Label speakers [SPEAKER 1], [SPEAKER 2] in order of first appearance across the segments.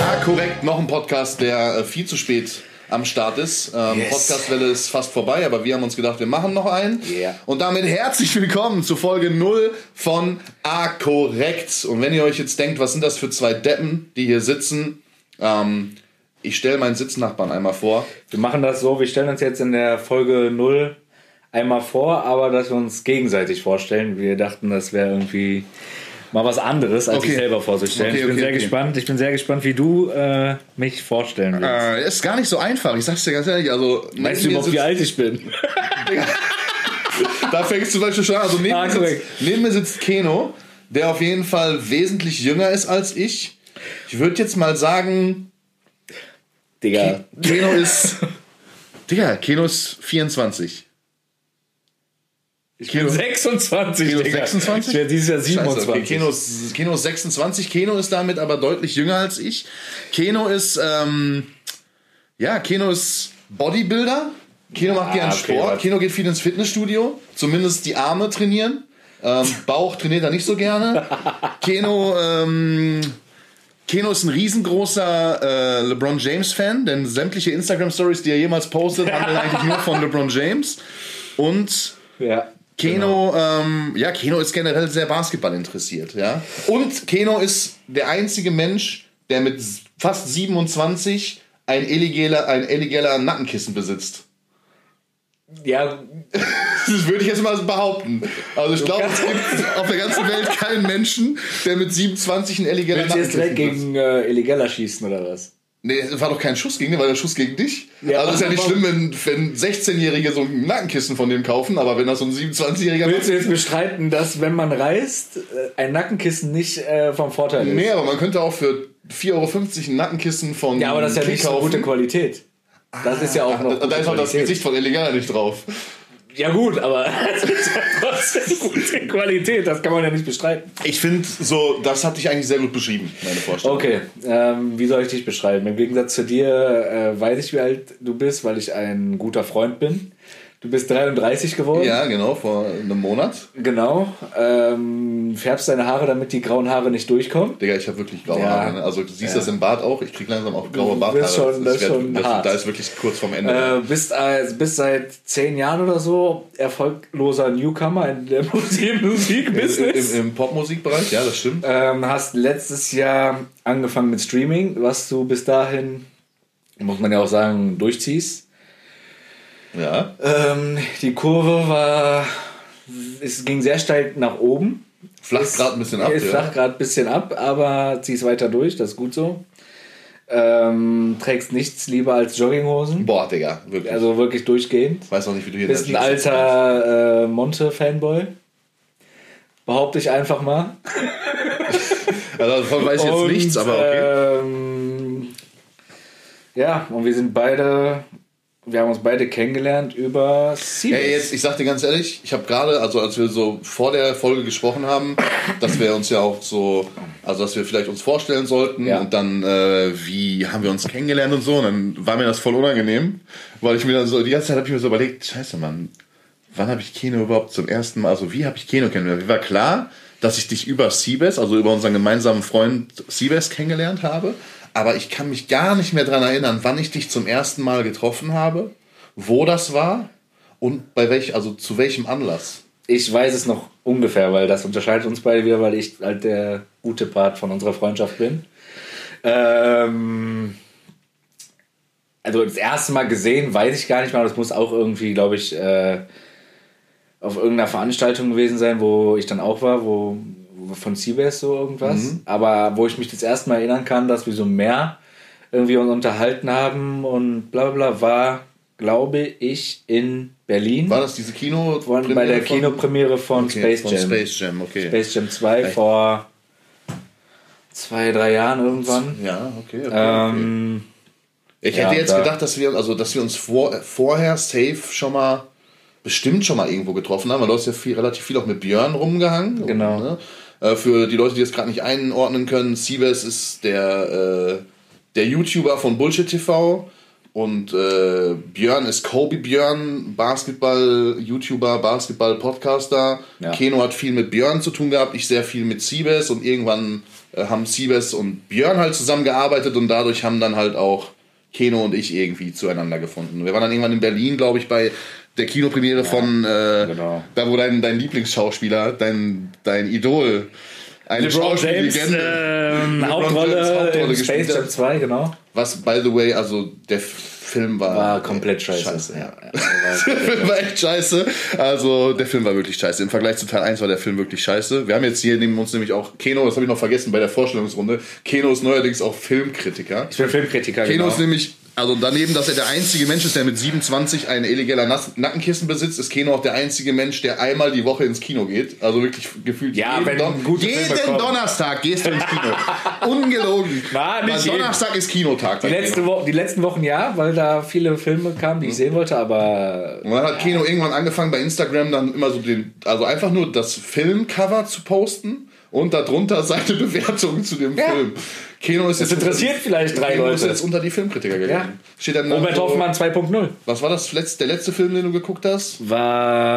[SPEAKER 1] Ah, korrekt, noch ein Podcast, der äh, viel zu spät am Start ist. Ähm,
[SPEAKER 2] Yes.
[SPEAKER 1] Podcastwelle ist fast vorbei, aber wir haben uns gedacht, wir machen noch einen.
[SPEAKER 2] Yeah.
[SPEAKER 1] Und damit herzlich willkommen zu Folge 0 von A korrekt. Und wenn ihr euch jetzt denkt, was sind das für zwei Deppen, die hier sitzen? Ähm, ich stelle meinen Sitznachbarn einmal vor.
[SPEAKER 2] Wir machen das so, wir stellen uns jetzt in der Folge 0 einmal vor, aber dass wir uns gegenseitig vorstellen. Wir dachten, das wäre irgendwie mal was anderes, als
[SPEAKER 1] Okay.
[SPEAKER 2] sich selber vorzustellen.
[SPEAKER 1] Okay,
[SPEAKER 2] ich bin
[SPEAKER 1] okay,
[SPEAKER 2] sehr
[SPEAKER 1] okay.
[SPEAKER 2] gespannt. Ich bin sehr gespannt, wie du äh, mich vorstellen willst.
[SPEAKER 1] Äh, ist gar nicht so einfach, ich sag's dir ganz ehrlich. Also,
[SPEAKER 2] weißt du
[SPEAKER 1] neben mir
[SPEAKER 2] überhaupt, wie
[SPEAKER 1] sitzt-
[SPEAKER 2] alt ich bin?
[SPEAKER 1] Da fängst du zum Beispiel schon an. Also neben,
[SPEAKER 2] Ah,
[SPEAKER 1] mir sitzt,
[SPEAKER 2] korrekt.
[SPEAKER 1] neben mir sitzt Keno, der auf jeden Fall wesentlich jünger ist als ich. Ich würde jetzt mal sagen,
[SPEAKER 2] Digga.
[SPEAKER 1] Keno ist. Digga, Keno ist 24.
[SPEAKER 2] Ich bin 26,
[SPEAKER 1] Keno
[SPEAKER 2] Digga.
[SPEAKER 1] 26?
[SPEAKER 2] Ich werde dieses Jahr
[SPEAKER 1] Scheiße,
[SPEAKER 2] 27.
[SPEAKER 1] okay. Keno, ist, Keno ist 26. Keno ist damit aber deutlich jünger als ich. Keno ist. Ähm, ja, Keno ist Bodybuilder. Keno macht
[SPEAKER 2] Ja,
[SPEAKER 1] gern
[SPEAKER 2] okay,
[SPEAKER 1] Sport.
[SPEAKER 2] was-
[SPEAKER 1] Keno geht viel ins Fitnessstudio. Zumindest die Arme trainieren. Ähm, Bauch trainiert er nicht so gerne. Keno, ähm, Keno ist ein riesengroßer äh, LeBron James-Fan, denn sämtliche Instagram-Stories, die er jemals postet, handeln eigentlich nur von LeBron James. Und
[SPEAKER 2] Ja.
[SPEAKER 1] Keno,
[SPEAKER 2] Genau.
[SPEAKER 1] ähm, ja, Keno ist generell sehr Basketball interessiert, ja. Und Keno ist der einzige Mensch, der mit s- fast 27 ein illegaler, ein illegaler Nackenkissen besitzt.
[SPEAKER 2] Ja,
[SPEAKER 1] Das würde ich jetzt mal so behaupten. Also ich glaube, es gibt auf der ganzen Welt keinen Menschen, der mit 27 ein illegaler
[SPEAKER 2] willst du jetzt
[SPEAKER 1] Nackenkissen
[SPEAKER 2] direkt
[SPEAKER 1] besitzt.
[SPEAKER 2] gegen äh, Illegaler schießen oder was?
[SPEAKER 1] Nee, es war doch kein Schuss gegen den, war der Schuss gegen dich.
[SPEAKER 2] Ja.
[SPEAKER 1] also ist ja nicht schlimm, wenn, wenn 16-Jährige so ein Nackenkissen von denen kaufen, aber wenn das so ein 27-Jähriger
[SPEAKER 2] Willst du jetzt bestreiten, dass wenn man reist, äh, ein Nackenkissen nicht äh, vom Vorteil ist?
[SPEAKER 1] Nee, aber man könnte auch für 4,50 Euro ein Nackenkissen von.
[SPEAKER 2] Ja, aber das ist ja
[SPEAKER 1] Kick
[SPEAKER 2] nicht so
[SPEAKER 1] kaufen.
[SPEAKER 2] gute Qualität. Das Ah, ist ja auch noch.
[SPEAKER 1] Da, da
[SPEAKER 2] gute
[SPEAKER 1] ist auch das
[SPEAKER 2] Qualität.
[SPEAKER 1] Gesicht von Illegaler nicht drauf.
[SPEAKER 2] Ja, gut, aber das ist ja trotzdem gute Qualität. Das kann man ja nicht bestreiten.
[SPEAKER 1] Ich finde, so, das hat dich eigentlich sehr gut beschrieben, meine Vorstellung.
[SPEAKER 2] Okay, ähm, wie soll ich dich beschreiben? Im Gegensatz zu dir äh, weiß ich, wie alt du bist, weil ich ein guter Freund bin. Du bist 33 geworden.
[SPEAKER 1] Ja, genau, vor einem Monat.
[SPEAKER 2] Genau. Ähm, färbst deine Haare, damit die grauen Haare nicht durchkommen.
[SPEAKER 1] Digga, ich habe wirklich graue
[SPEAKER 2] Ja.
[SPEAKER 1] Haare. ne? Also, du siehst
[SPEAKER 2] Ja.
[SPEAKER 1] das im Bart auch. Ich krieg langsam auch graue
[SPEAKER 2] Du
[SPEAKER 1] Barthaare.
[SPEAKER 2] bist schon- das ist
[SPEAKER 1] wird-
[SPEAKER 2] schon hart.
[SPEAKER 1] Da ist wirklich kurz vorm Ende.
[SPEAKER 2] Äh, bist, äh, bist seit zehn Jahren oder so erfolgloser Newcomer in der Musik- Musikbusiness.
[SPEAKER 1] Im, Im Popmusikbereich, ja, das stimmt.
[SPEAKER 2] Ähm, hast letztes Jahr angefangen mit Streaming, was du bis dahin, muss man ja auch sagen, durchziehst.
[SPEAKER 1] Ja.
[SPEAKER 2] Ähm, die Kurve war, es ging sehr steil nach oben.
[SPEAKER 1] Flacht gerade ein bisschen ab.
[SPEAKER 2] Ist
[SPEAKER 1] ja.
[SPEAKER 2] flach gerade ein bisschen ab, aber ziehst weiter durch, das ist gut so. Ähm, trägst nichts lieber als Jogginghosen,
[SPEAKER 1] Boah, Digga, wirklich.
[SPEAKER 2] also wirklich durchgehend.
[SPEAKER 1] weiß auch nicht, wie du hier
[SPEAKER 2] Bist ein
[SPEAKER 1] in der Jeans sitzt.
[SPEAKER 2] alter äh, Monte-Fanboy. Behaupte ich einfach mal.
[SPEAKER 1] Also, davon weiß ich jetzt
[SPEAKER 2] Und, äh,
[SPEAKER 1] nichts, aber okay.
[SPEAKER 2] Ähm, ja, und wir sind beide, wir haben uns beide kennengelernt über Siemens.
[SPEAKER 1] Ey, jetzt, ich sag dir ganz ehrlich, ich habe gerade, also als wir so vor der Folge gesprochen haben, dass wir uns ja auch so, also dass wir vielleicht uns vorstellen sollten
[SPEAKER 2] Ja.
[SPEAKER 1] und dann, äh, wie haben wir uns kennengelernt und so, und dann war mir das voll unangenehm, weil ich mir dann so, die ganze Zeit habe ich mir so überlegt, scheiße, Mann, wann habe ich Keno überhaupt zum ersten Mal, also wie habe ich Keno kennengelernt? Mir war klar, dass ich dich über Siebes, also über unseren gemeinsamen Freund Siebes kennengelernt habe, aber ich kann mich gar nicht mehr dran erinnern, wann ich dich zum ersten Mal getroffen habe, wo das war und bei welch, also zu welchem Anlass.
[SPEAKER 2] Ich weiß es noch ungefähr, weil das unterscheidet uns beide wieder, weil ich halt der gute Part von unserer Freundschaft bin. Ähm, also das erste Mal gesehen, weiß ich gar nicht mal. Das muss auch irgendwie, glaube ich, äh, auf irgendeiner Veranstaltung gewesen sein, wo ich dann auch war, wo wo von Seabass so irgendwas. Aber wo ich mich das erste Mal erinnern kann, dass wir so mehr irgendwie uns unterhalten haben und bla bla bla, war, glaube ich, in Berlin.
[SPEAKER 1] War das diese Kino?
[SPEAKER 2] Von, bei der
[SPEAKER 1] von-
[SPEAKER 2] Kinopremiere von
[SPEAKER 1] Okay,
[SPEAKER 2] Space
[SPEAKER 1] von
[SPEAKER 2] Jam. Space.
[SPEAKER 1] Space Jam, okay.
[SPEAKER 2] Jam 2 vor zwei, drei Jahren irgendwann.
[SPEAKER 1] ja, okay. okay, okay.
[SPEAKER 2] Ähm,
[SPEAKER 1] Ich
[SPEAKER 2] ja,
[SPEAKER 1] hätte jetzt
[SPEAKER 2] da-
[SPEAKER 1] gedacht, dass wir, also, dass wir uns vor, äh, vorher safe schon mal, bestimmt schon mal irgendwo getroffen haben, weil du hast ja viel, relativ viel auch mit Björn rumgehangen.
[SPEAKER 2] Genau.
[SPEAKER 1] Und, ne? Äh, Für die Leute, die das gerade nicht einordnen können, Siebes ist der, äh, der YouTuber von Bullshit TV, Und äh, Björn ist Kobe Björn, Basketball-YouTuber, Basketball-Podcaster.
[SPEAKER 2] Ja.
[SPEAKER 1] Keno hat viel mit Björn zu tun gehabt, ich sehr viel mit Siebes und irgendwann äh, haben Siebes und Björn halt zusammengearbeitet und dadurch haben dann halt auch Keno und ich irgendwie zueinander gefunden. Wir waren dann irgendwann in Berlin, glaube ich, bei der Kinopremiere von äh,
[SPEAKER 2] genau.
[SPEAKER 1] da, wo dein, dein Lieblingsschauspieler, dein, dein Idol, eine
[SPEAKER 2] LeBron James,
[SPEAKER 1] Schauspiellegende.
[SPEAKER 2] ähm,
[SPEAKER 1] LeBron
[SPEAKER 2] Hauptrolle,
[SPEAKER 1] James, Hauptrolle
[SPEAKER 2] in Space
[SPEAKER 1] gespielt
[SPEAKER 2] Jam
[SPEAKER 1] hat.
[SPEAKER 2] 2, genau.
[SPEAKER 1] Was, by the way, also der F- Film war.
[SPEAKER 2] War komplett scheiße.
[SPEAKER 1] ja.
[SPEAKER 2] Ja,
[SPEAKER 1] Der Film war echt scheiße. Also, der Film war wirklich scheiße. Im Vergleich zu Teil 1 war der Film wirklich scheiße. Wir haben jetzt hier neben uns nämlich auch Keno, das habe ich noch vergessen bei der Vorstellungsrunde. Keno ist neuerdings auch Filmkritiker.
[SPEAKER 2] Ich bin Filmkritiker,
[SPEAKER 1] Keno
[SPEAKER 2] genau.
[SPEAKER 1] ist nämlich, also daneben, dass er der einzige Mensch ist, der mit 27 ein illegaler Nass Nackenkissen besitzt, ist Keno auch der einzige Mensch, der einmal die Woche ins Kino geht. Also wirklich gefühlt
[SPEAKER 2] Ja, wenn
[SPEAKER 1] Don
[SPEAKER 2] gute Filme
[SPEAKER 1] jeden
[SPEAKER 2] kommen.
[SPEAKER 1] Donnerstag gehst du ins Kino. Ungelogen.
[SPEAKER 2] Na, nicht
[SPEAKER 1] Weil
[SPEAKER 2] jeden.
[SPEAKER 1] Donnerstag ist Kinotag. bei
[SPEAKER 2] Die,
[SPEAKER 1] Keno.
[SPEAKER 2] letzte Wo die letzten Wochen ja, weil da viele Filme kamen, die ich sehen wollte, aber
[SPEAKER 1] Und dann hat Keno irgendwann angefangen, bei Instagram dann immer so den, also einfach nur das Filmcover zu posten und darunter seine Bewertung zu dem
[SPEAKER 2] Ja.
[SPEAKER 1] Film. Keno ist
[SPEAKER 2] Das interessiert vielleicht drei
[SPEAKER 1] Keno ist
[SPEAKER 2] Leute.
[SPEAKER 1] jetzt also unter die Filmkritiker gegangen.
[SPEAKER 2] Ja.
[SPEAKER 1] Steht dann
[SPEAKER 2] Robert
[SPEAKER 1] so,
[SPEAKER 2] Hoffmann 2.0
[SPEAKER 1] Was war das letzte, der letzte Film, den du geguckt hast?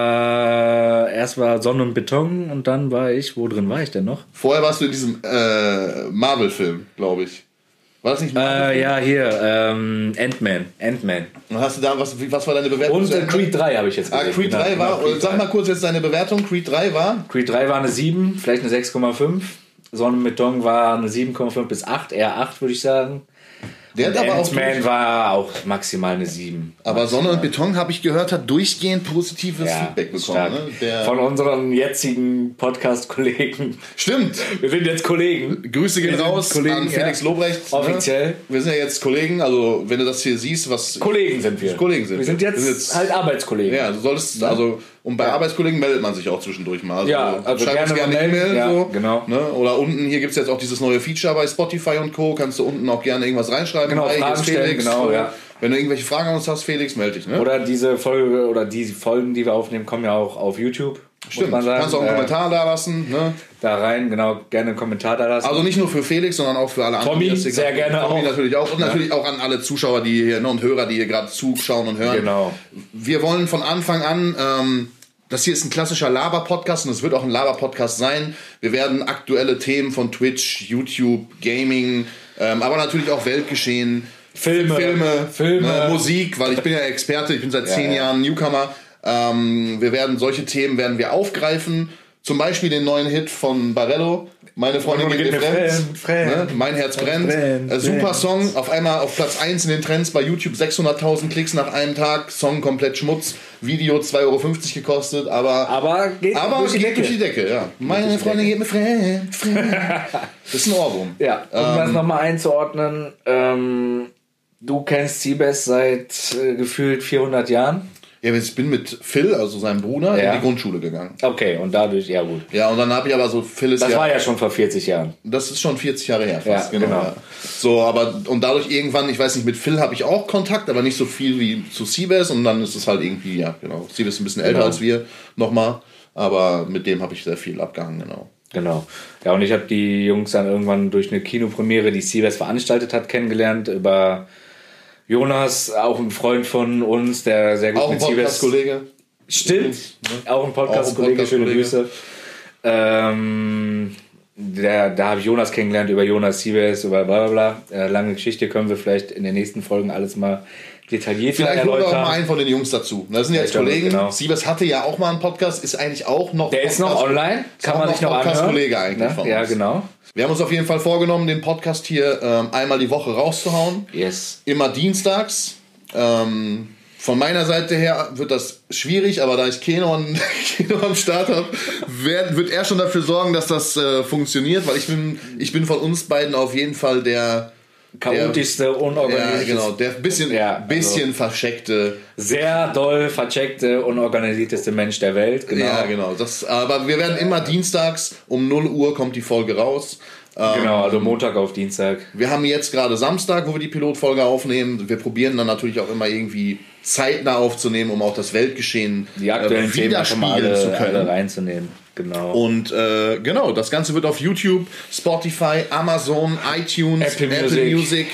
[SPEAKER 2] war erst war Sonne und Beton und dann war ich, wo drin war ich denn noch?
[SPEAKER 1] Vorher warst du in diesem äh, Marvel-Film, glaube ich. War das nicht Marvel?
[SPEAKER 2] Äh, ja, hier, ähm, Ant-Man, Ant-Man.
[SPEAKER 1] Und hast du da, was, wie- was war deine Bewertung?
[SPEAKER 2] Und
[SPEAKER 1] zu
[SPEAKER 2] äh,
[SPEAKER 1] Ende?
[SPEAKER 2] Creed 3 habe ich jetzt
[SPEAKER 1] Ah,
[SPEAKER 2] gesehen. genau,
[SPEAKER 1] Creed 3 war,
[SPEAKER 2] Creed
[SPEAKER 1] sag
[SPEAKER 2] 3.
[SPEAKER 1] mal kurz jetzt deine Bewertung. Creed 3 war?
[SPEAKER 2] Creed 3 war eine 7, vielleicht eine 6,5. Sonne mit Dong war eine 7,5 bis 8, eher 8 würde ich sagen.
[SPEAKER 1] Der hat aber auch.
[SPEAKER 2] Ant-Man war auch maximal eine 7.
[SPEAKER 1] Aber Sonne und Beton, habe ich gehört, hat durchgehend positives Feedback bekommen.
[SPEAKER 2] stark.
[SPEAKER 1] Ne? Der-
[SPEAKER 2] Von unseren jetzigen Podcast-Kollegen.
[SPEAKER 1] Stimmt.
[SPEAKER 2] Wir sind jetzt Kollegen.
[SPEAKER 1] Grüße gehen
[SPEAKER 2] Wir sind
[SPEAKER 1] raus
[SPEAKER 2] Kollegen,
[SPEAKER 1] an Felix
[SPEAKER 2] ja.
[SPEAKER 1] Lobrecht. ne?
[SPEAKER 2] Offiziell.
[SPEAKER 1] Wir sind ja jetzt Kollegen, also wenn du das hier siehst, was.
[SPEAKER 2] Kollegen sind wir.
[SPEAKER 1] Kollegen sind
[SPEAKER 2] wir. sind
[SPEAKER 1] wir.
[SPEAKER 2] jetzt,
[SPEAKER 1] Wir sind jetzt-
[SPEAKER 2] halt Arbeitskollegen.
[SPEAKER 1] ja, du solltest, also, und bei Arbeitskollegen meldet man sich auch zwischendurch mal. Also,
[SPEAKER 2] Ja, also
[SPEAKER 1] schreib uns gerne
[SPEAKER 2] gerne mal
[SPEAKER 1] eine
[SPEAKER 2] melden,
[SPEAKER 1] E-Mail.
[SPEAKER 2] ja,
[SPEAKER 1] so,
[SPEAKER 2] genau.
[SPEAKER 1] ne? Oder unten, hier gibt es jetzt auch dieses neue Feature bei Spotify und Co. Kannst du unten auch gerne irgendwas reinschreiben.
[SPEAKER 2] Genau,
[SPEAKER 1] Hi, hier
[SPEAKER 2] Fragen
[SPEAKER 1] ist
[SPEAKER 2] stellen, genau, ja.
[SPEAKER 1] Wenn du irgendwelche Fragen an uns hast, Felix, melde dich. Ne?
[SPEAKER 2] Oder diese Folge oder die Folgen, die wir aufnehmen, kommen ja auch auf YouTube.
[SPEAKER 1] Stimmt, kannst auch einen Kommentar da lassen. Ne?
[SPEAKER 2] Äh, Da rein, genau, gerne einen Kommentar da lassen.
[SPEAKER 1] Also nicht nur für Felix, sondern auch für alle anderen.
[SPEAKER 2] Tommy,
[SPEAKER 1] die das hier
[SPEAKER 2] sehr
[SPEAKER 1] gerade-
[SPEAKER 2] gerne
[SPEAKER 1] Tommy
[SPEAKER 2] auch.
[SPEAKER 1] natürlich auch. Und natürlich auch an alle Zuschauer die hier, ne, und Hörer, die hier gerade zuschauen und hören.
[SPEAKER 2] Genau.
[SPEAKER 1] Wir wollen von Anfang an, ähm, das hier ist ein klassischer Laber-Podcast und es wird auch ein Laber-Podcast sein. Wir werden aktuelle Themen von Twitch, YouTube, Gaming, ähm, aber natürlich auch Weltgeschehen,
[SPEAKER 2] Filme,
[SPEAKER 1] Filme,
[SPEAKER 2] Filme.
[SPEAKER 1] Ne, Musik, weil ich bin ja Experte, ich bin seit zehn
[SPEAKER 2] ja.
[SPEAKER 1] Jahren Newcomer. Ähm, wir werden solche Themen werden wir aufgreifen. Zum Beispiel den neuen Hit von Barello. Meine Freundin
[SPEAKER 2] Meine
[SPEAKER 1] geht mir
[SPEAKER 2] Freundin geht mir
[SPEAKER 1] fremd.
[SPEAKER 2] fremd,
[SPEAKER 1] Ne?
[SPEAKER 2] fremd.
[SPEAKER 1] Mein Herz brennt.
[SPEAKER 2] brennt,
[SPEAKER 1] äh, super
[SPEAKER 2] brennt.
[SPEAKER 1] Song. Auf einmal auf Platz 1 in den Trends bei YouTube. 600.000 Klicks nach einem Tag. Song komplett Schmutz. Video 2,50 Euro gekostet. Aber,
[SPEAKER 2] aber geht
[SPEAKER 1] aber
[SPEAKER 2] durch die
[SPEAKER 1] geht
[SPEAKER 2] Decke.
[SPEAKER 1] durch die Decke. Ja. Meine Freundin geht mir fremd. fremd. Das ist ein Ohrwurm.
[SPEAKER 2] Ja, um das
[SPEAKER 1] Ähm.
[SPEAKER 2] nochmal einzuordnen, ähm, du kennst Siebes seit äh, gefühlt 400 Jahren.
[SPEAKER 1] Ja, ich bin mit Phil, also seinem Bruder,
[SPEAKER 2] Ja.
[SPEAKER 1] in die Grundschule gegangen.
[SPEAKER 2] Okay, und dadurch, ja gut.
[SPEAKER 1] Ja, und dann habe ich aber so Phil ist
[SPEAKER 2] Das
[SPEAKER 1] ja,
[SPEAKER 2] war ja schon vor 40 Jahren.
[SPEAKER 1] das ist schon 40 Jahre her fast,
[SPEAKER 2] Ja,
[SPEAKER 1] genau.
[SPEAKER 2] genau.
[SPEAKER 1] Ja. So, aber und dadurch irgendwann, ich weiß nicht, mit Phil habe ich auch Kontakt, aber nicht so viel wie zu Siebes und dann ist es halt irgendwie, ja, genau. Siebes ist ein bisschen älter
[SPEAKER 2] Genau.
[SPEAKER 1] als wir nochmal, aber mit dem habe ich sehr viel abgehangen, genau.
[SPEAKER 2] Genau. Ja, und ich habe die Jungs dann irgendwann durch eine Kinopremiere, die Siebes veranstaltet hat, kennengelernt über Jonas, auch ein Freund von uns, der sehr gut
[SPEAKER 1] Auch ein Podcast-Kollege.
[SPEAKER 2] Stimmt. Auch ein
[SPEAKER 1] Auch ein
[SPEAKER 2] Podcast-Kollege, schöne
[SPEAKER 1] Podcast-Kollege.
[SPEAKER 2] Grüße. Ähm, der, da habe ich Jonas kennengelernt über Jonas Siebes, über bla bla bla. Äh, lange Geschichte können wir vielleicht in den nächsten Folgen alles mal detailliert
[SPEAKER 1] Vielleicht holen wir auch mal
[SPEAKER 2] erläutern.
[SPEAKER 1] einen von den Jungs dazu. ne? Das sind ja jetzt
[SPEAKER 2] Ja,
[SPEAKER 1] Kollegen.
[SPEAKER 2] genau.
[SPEAKER 1] Siebes hatte ja auch mal einen Podcast, ist eigentlich auch noch
[SPEAKER 2] Der ist noch
[SPEAKER 1] Podcast-
[SPEAKER 2] online,
[SPEAKER 1] ist
[SPEAKER 2] kann
[SPEAKER 1] auch
[SPEAKER 2] man sich noch anhören.
[SPEAKER 1] Podcast-Kollege eigentlich
[SPEAKER 2] Ne?
[SPEAKER 1] von
[SPEAKER 2] Ja,
[SPEAKER 1] uns.
[SPEAKER 2] genau.
[SPEAKER 1] Wir haben uns auf jeden Fall vorgenommen, den Podcast hier ähm, einmal die Woche rauszuhauen.
[SPEAKER 2] Yes.
[SPEAKER 1] immer dienstags. Ähm, von meiner Seite her wird das schwierig, aber da ich Keno, an, Keno am Start habe, wird, wird er schon dafür sorgen, dass das äh, funktioniert, weil ich bin, ich bin von uns beiden auf jeden Fall der,
[SPEAKER 2] Chaotischste,
[SPEAKER 1] der
[SPEAKER 2] unorganisierte,
[SPEAKER 1] genau, der bisschen,
[SPEAKER 2] Ja, also-
[SPEAKER 1] bisschen verscheckte.
[SPEAKER 2] sehr doll vercheckte, unorganisierteste Mensch der Welt. Genau.
[SPEAKER 1] Ja, genau. Das, aber wir werden immer dienstags um 0 Uhr kommt die Folge raus. Ähm,
[SPEAKER 2] Genau, also Montag auf Dienstag.
[SPEAKER 1] Wir haben jetzt gerade Samstag, wo wir die Pilotfolge aufnehmen. Wir probieren dann natürlich auch immer irgendwie zeitnah aufzunehmen, um auch das Weltgeschehen
[SPEAKER 2] Die aktuellen
[SPEAKER 1] äh,
[SPEAKER 2] Themen einfach mal alle,
[SPEAKER 1] zu können.
[SPEAKER 2] alle reinzunehmen. Genau.
[SPEAKER 1] Und äh, genau, das Ganze wird auf YouTube, Spotify, Amazon, iTunes,
[SPEAKER 2] Apple Music.
[SPEAKER 1] Music,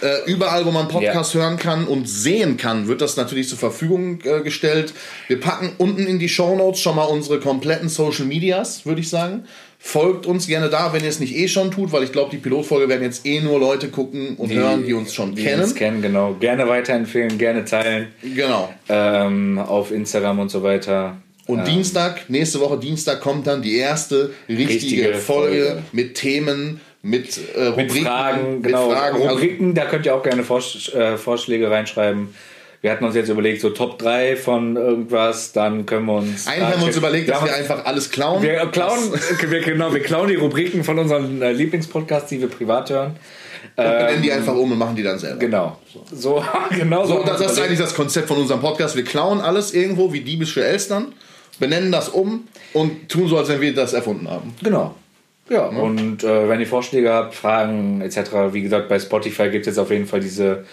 [SPEAKER 1] Äh, überall, wo man Podcast hören kann und sehen kann, wird das natürlich zur Verfügung äh, gestellt. Wir packen unten in die Show Notes schon mal unsere kompletten Social Medias, würde ich sagen. Folgt uns gerne da, wenn ihr es nicht eh schon tut, weil ich glaube, die Pilotfolge werden jetzt eh nur Leute gucken und hören, die uns schon
[SPEAKER 2] die
[SPEAKER 1] kennen.
[SPEAKER 2] uns kennen, genau. Gerne weiterempfehlen, gerne teilen.
[SPEAKER 1] genau.
[SPEAKER 2] Ähm, auf Instagram und so weiter.
[SPEAKER 1] Und
[SPEAKER 2] ähm,
[SPEAKER 1] Dienstag, nächste Woche Dienstag kommt dann die erste richtige,
[SPEAKER 2] Richtige
[SPEAKER 1] Folge,
[SPEAKER 2] Folge.
[SPEAKER 1] mit Themen, mit, äh, Rubriken,
[SPEAKER 2] mit Fragen, genau.
[SPEAKER 1] mit Fragen. Also,
[SPEAKER 2] Rubriken, da könnt ihr auch gerne Vorsch äh, Vorschläge reinschreiben. Wir hatten uns jetzt überlegt, so Top 3 von irgendwas, dann können wir uns.
[SPEAKER 1] Einen haben wir uns überlegt, dass wir einfach alles klauen.
[SPEAKER 2] Wir klauen, wir, genau, wir klauen die Rubriken von unseren äh, Lieblingspodcasts, die wir privat hören.
[SPEAKER 1] Wir nennen die einfach um und machen die dann selber.
[SPEAKER 2] ähm, Genau. So, genau
[SPEAKER 1] So,
[SPEAKER 2] haben wir
[SPEAKER 1] das, das
[SPEAKER 2] uns
[SPEAKER 1] ist eigentlich
[SPEAKER 2] überlegt.
[SPEAKER 1] das Konzept von unserem Podcast. Wir klauen alles irgendwo wie diebische Elstern, benennen das um und tun so, als wenn wir das erfunden haben.
[SPEAKER 2] Genau. Ja,
[SPEAKER 1] ne?
[SPEAKER 2] und äh, wenn ihr Vorschläge habt, Fragen etc., wie gesagt, bei Spotify gibt es jetzt auf jeden Fall diese,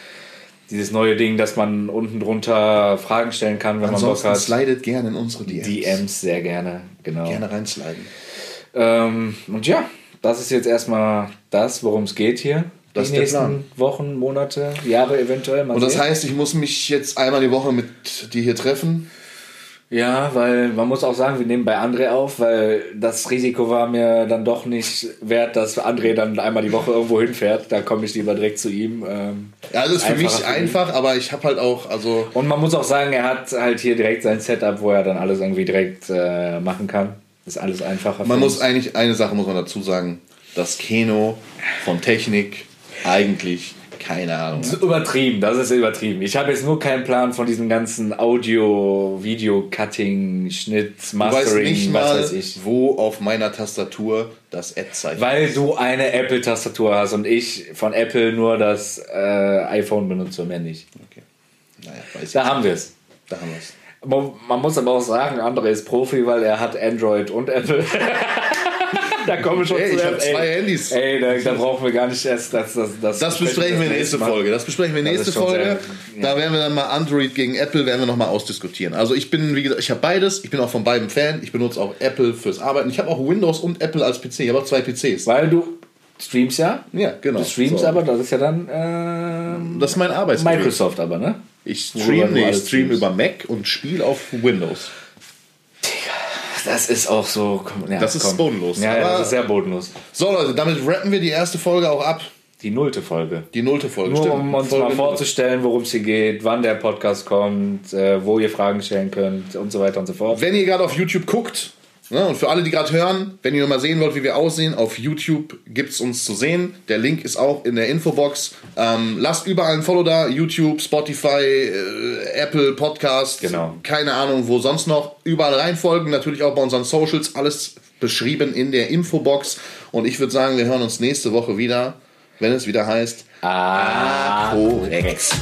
[SPEAKER 2] dieses neue Ding, dass man unten drunter Fragen stellen kann, wenn man
[SPEAKER 1] Ansonsten
[SPEAKER 2] Bock hat.
[SPEAKER 1] slidet gerne in unsere DMs.
[SPEAKER 2] DMs sehr gerne, genau.
[SPEAKER 1] Gerne reinsliden.
[SPEAKER 2] Ähm, und ja, das ist jetzt erstmal das, worum es geht hier.
[SPEAKER 1] Das
[SPEAKER 2] die
[SPEAKER 1] ist
[SPEAKER 2] nächsten
[SPEAKER 1] der
[SPEAKER 2] Wochen, Monate, Jahre eventuell. Mal
[SPEAKER 1] Und das
[SPEAKER 2] sehen.
[SPEAKER 1] heißt, ich muss mich jetzt einmal die Woche mit dir hier treffen.
[SPEAKER 2] ja, weil man muss auch sagen, wir nehmen bei André auf, weil das Risiko war mir dann doch nicht wert, dass André dann einmal die Woche irgendwo hinfährt. Da komme ich lieber direkt zu ihm. Ähm,
[SPEAKER 1] Ja, das ist für
[SPEAKER 2] Einfacher
[SPEAKER 1] mich
[SPEAKER 2] für ihn.
[SPEAKER 1] einfach, aber ich habe halt auch, also
[SPEAKER 2] Und man muss auch sagen, er hat halt hier direkt sein Setup, wo er dann alles irgendwie direkt äh, machen kann. Ist alles einfacher.
[SPEAKER 1] Man
[SPEAKER 2] für
[SPEAKER 1] muss
[SPEAKER 2] uns.
[SPEAKER 1] eigentlich, eine Sache muss man dazu sagen, dass Keno von Technik eigentlich keine Ahnung hat.
[SPEAKER 2] Übertrieben, das ist übertrieben. Ich habe jetzt nur keinen Plan von diesem ganzen Audio, Video, Cutting, Schnitt,
[SPEAKER 1] Du weißt
[SPEAKER 2] Mastering,
[SPEAKER 1] nicht
[SPEAKER 2] was
[SPEAKER 1] mal,
[SPEAKER 2] weiß ich.
[SPEAKER 1] wo auf meiner Tastatur das Ad-Zeichen
[SPEAKER 2] Weil du eine Apple-Tastatur hast und ich von Apple nur das äh, iPhone benutze, mehr nicht.
[SPEAKER 1] Okay. Naja, weiß ich.
[SPEAKER 2] Da haben wir es.
[SPEAKER 1] Da haben wir es.
[SPEAKER 2] Mo- Man muss aber auch sagen, André ist Profi, weil er hat Android und Apple. da kommen wir schon
[SPEAKER 1] Ey,
[SPEAKER 2] zu
[SPEAKER 1] ich
[SPEAKER 2] der-
[SPEAKER 1] habe zwei Handys.
[SPEAKER 2] Ey, da, da brauchen wir gar nicht erst das. Das, das,
[SPEAKER 1] Das besprechen wir nächste
[SPEAKER 2] Mal.
[SPEAKER 1] Folge. Das besprechen wir
[SPEAKER 2] Das ist
[SPEAKER 1] nächste
[SPEAKER 2] schon
[SPEAKER 1] Folge.
[SPEAKER 2] sehr- ja.
[SPEAKER 1] Da werden wir dann mal Android gegen Apple werden wir noch mal ausdiskutieren. Also ich bin, wie gesagt, ich habe beides. Ich bin auch von beiden Fan. Ich benutze auch Apple fürs Arbeiten. Ich habe auch Windows und Apple als PC. Ich habe auch zwei PCs.
[SPEAKER 2] Weil du streamst ja.
[SPEAKER 1] Ja, genau.
[SPEAKER 2] Du streamst
[SPEAKER 1] So.
[SPEAKER 2] aber, das ist ja dann ähm,
[SPEAKER 1] Das ist mein Arbeitsgerät.
[SPEAKER 2] Microsoft aber, ne?
[SPEAKER 1] Ich
[SPEAKER 2] Worüber
[SPEAKER 1] stream,
[SPEAKER 2] du
[SPEAKER 1] nee, ich
[SPEAKER 2] alles
[SPEAKER 1] stream
[SPEAKER 2] streamst.
[SPEAKER 1] über Mac und spiele auf Windows.
[SPEAKER 2] Das ist auch so. komm, ja,
[SPEAKER 1] Das ist
[SPEAKER 2] komm.
[SPEAKER 1] bodenlos,
[SPEAKER 2] Ja, ja,
[SPEAKER 1] aber-
[SPEAKER 2] das ist sehr bodenlos.
[SPEAKER 1] So Leute, damit rappen wir die erste Folge auch ab.
[SPEAKER 2] Die nullte Folge.
[SPEAKER 1] Die nullte Folge.
[SPEAKER 2] Nur
[SPEAKER 1] stimmt.
[SPEAKER 2] um uns
[SPEAKER 1] Folge
[SPEAKER 2] mal vorzustellen, worum es hier geht, wann der Podcast kommt, äh, wo ihr Fragen stellen könnt und so weiter und so fort.
[SPEAKER 1] Wenn ihr gerade auf YouTube guckt, ne, und für alle, die gerade hören, wenn ihr mal sehen wollt, wie wir aussehen, auf YouTube gibt's uns zu sehen. Der Link ist auch in der Infobox. Ähm, lasst überall ein Follow da. YouTube, Spotify, äh, Apple Podcast,
[SPEAKER 2] Genau.
[SPEAKER 1] keine Ahnung, wo sonst noch. Überall reinfolgen, natürlich auch bei unseren Socials. Alles beschrieben in der Infobox. Und ich würde sagen, wir hören uns nächste Woche wieder, wenn es wieder heißt.
[SPEAKER 2] Ah,
[SPEAKER 1] Korrekt.